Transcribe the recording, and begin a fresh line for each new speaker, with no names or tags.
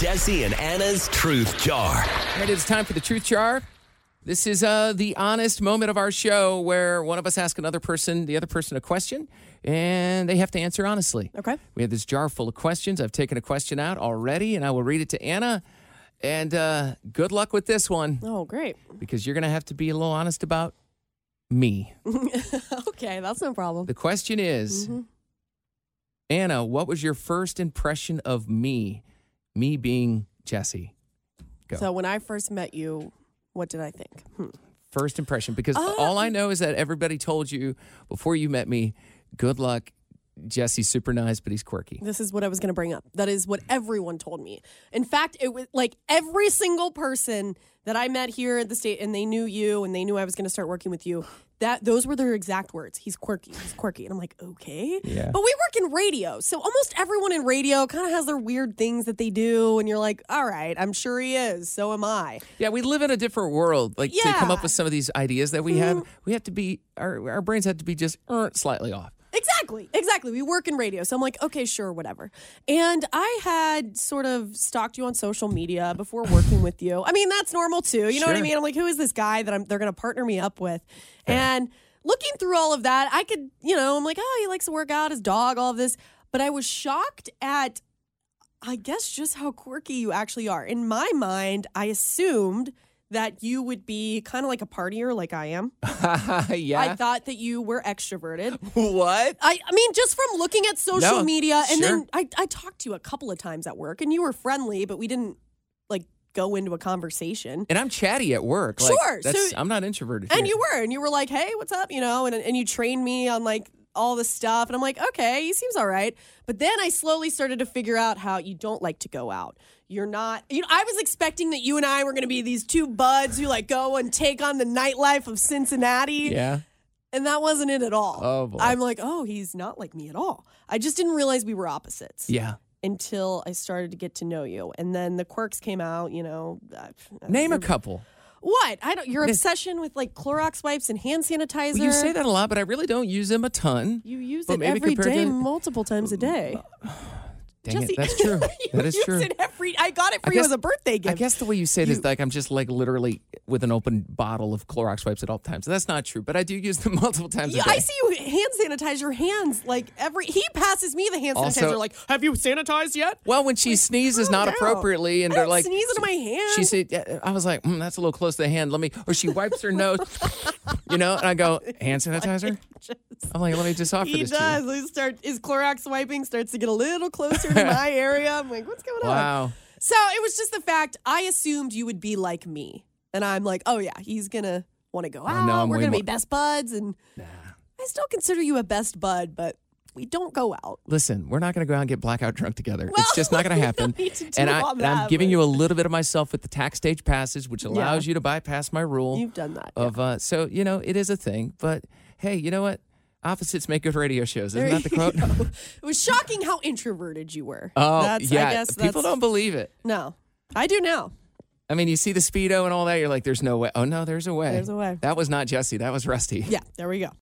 Jesse and Anna's Truth Jar.
All right, it's time for the truth jar. This is uh, the honest moment of our show where one of us asks another person, the other person, a question, and they have to answer honestly.
Okay.
We have this jar full of questions. I've taken a question out already, and I will read it to Anna. And uh, good luck with this one
Oh, great.
because you're going to have to be a little honest about me.
okay, that's no problem.
The question is Anna, what was your first impression of me? Me being Jesse. Go.
So when I first met you, what did I think? Hmm.
first impression because
Oh.
all I know is that everybody told you before you met me, good luck. Jesse's super nice, but he's quirky.
This is what I was going to bring up. That is what everyone told me. In fact, it was like every single person that I met here at the state, and they knew you, and they knew I was going to start working with you. That those were their exact words. He's quirky. He's quirky, and I'm like, okay.
Yeah.
But we work in radio, so almost everyone in radio kind of has their weird things that they do, and you're like, all right, I'm sure he is. So am I.
Yeah, we live in a different world. Like to come
Yeah. Mm-hmm.
up with some of these ideas that we have, we have to be our our brains have to be just er, slightly off.
Exactly, exactly. We work in radio. So I'm like, okay, sure, whatever. And I had sort of stalked you on social media before working with you. I mean, that's normal too. You know what I
Sure.
mean? I'm like, who is this guy that I'm, they're going to partner me up with? And looking through all of that, I could, you know, I'm like, oh, he likes to work out, his dog, all of this. But I was shocked at, I guess, just how quirky you actually are. In my mind, I assumed that you would be kind of like a partier like I am. I
yeah.
thought that you were extroverted.
what?
I, I mean, just from looking at social
No,
media, and
sure.
then I, I talked to you a couple of times at work, and you were friendly, but we didn't like go into a conversation.
And I'm chatty at work. Like,
Sure,
That's,
so-
I'm not introverted.
And
here.
you were, and you were like, "Hey, what's up?" You know, and and you trained me on like all this stuff, and I'm like, "Okay, he seems all right." But then I slowly started to figure out how you don't like to go out. You're not, you know, I was expecting that you and I were going to be these two buds who like go and take on the nightlife of Cincinnati.
Yeah.
And that wasn't it at all.
Oh, boy.
I'm like, oh, he's not like me at all. I just didn't realize we were opposites
Yeah.
until I started to get to know you. And then the quirks came out, you know. uh,
Name a
your-
couple.
What? I don't your
This-
obsession with like Clorox wipes and hand sanitizer.
Well, you say that a lot, but I really don't use them a ton.
You use
But
it
maybe
every
compared
day,
to- Mm,
multiple times a day.
Dang
Jesse,
it. That's true.
you
that is
use
true.
it every. I got it for
I
you
guess-
as a birthday gift.
I guess the way you say it is like I'm just like literally with an open bottle of Clorox wipes at all times. That's not true, but I do use them multiple times
Yeah,
a day.
I see you hand sanitize your hands like every. He passes me the hand sanitizer.
Also-
like, have you sanitized yet?
Well, when she sneezes
calm
not
down.
appropriately, and
I
they're
don't
like,
sneeze into my hand.
She said, yeah, I was like, mm, that's a little close to the hand. Let me, or she wipes her nose, you know, and I go, hand sanitizer? I'm like, let me just offer
He
this
does.
to
He start his Clorox wiping starts to get a little closer to my area. I'm like, what's going
you.
on?
Wow.
So it was just the fact I assumed you would be like me, and I'm like, oh yeah, he's gonna want to go out.
no, I'm
We're
way
gonna
more-
be best buds, and I still consider you a best bud, but we don't go out.
Listen, we're not going to go out and get blackout drunk together. it's just not going to
we
happen.
don't need to do
and, I,
all
and I'm
that,
giving
but-
you a little bit of myself with the tax stage passes, which allows you to bypass my rule.
You've done that.
of uh so you know it is a thing but hey you know what opposites make good radio shows isn't
There
that the
you
quote
go. It was shocking how introverted you were.
oh
that's,
yeah
I guess that's,
people don't believe it
No, I do now.
i mean you see the speedo and all that you're like there's no way oh no there's a way
There's a way.
that was not jesse that was rusty
Yeah, there we go.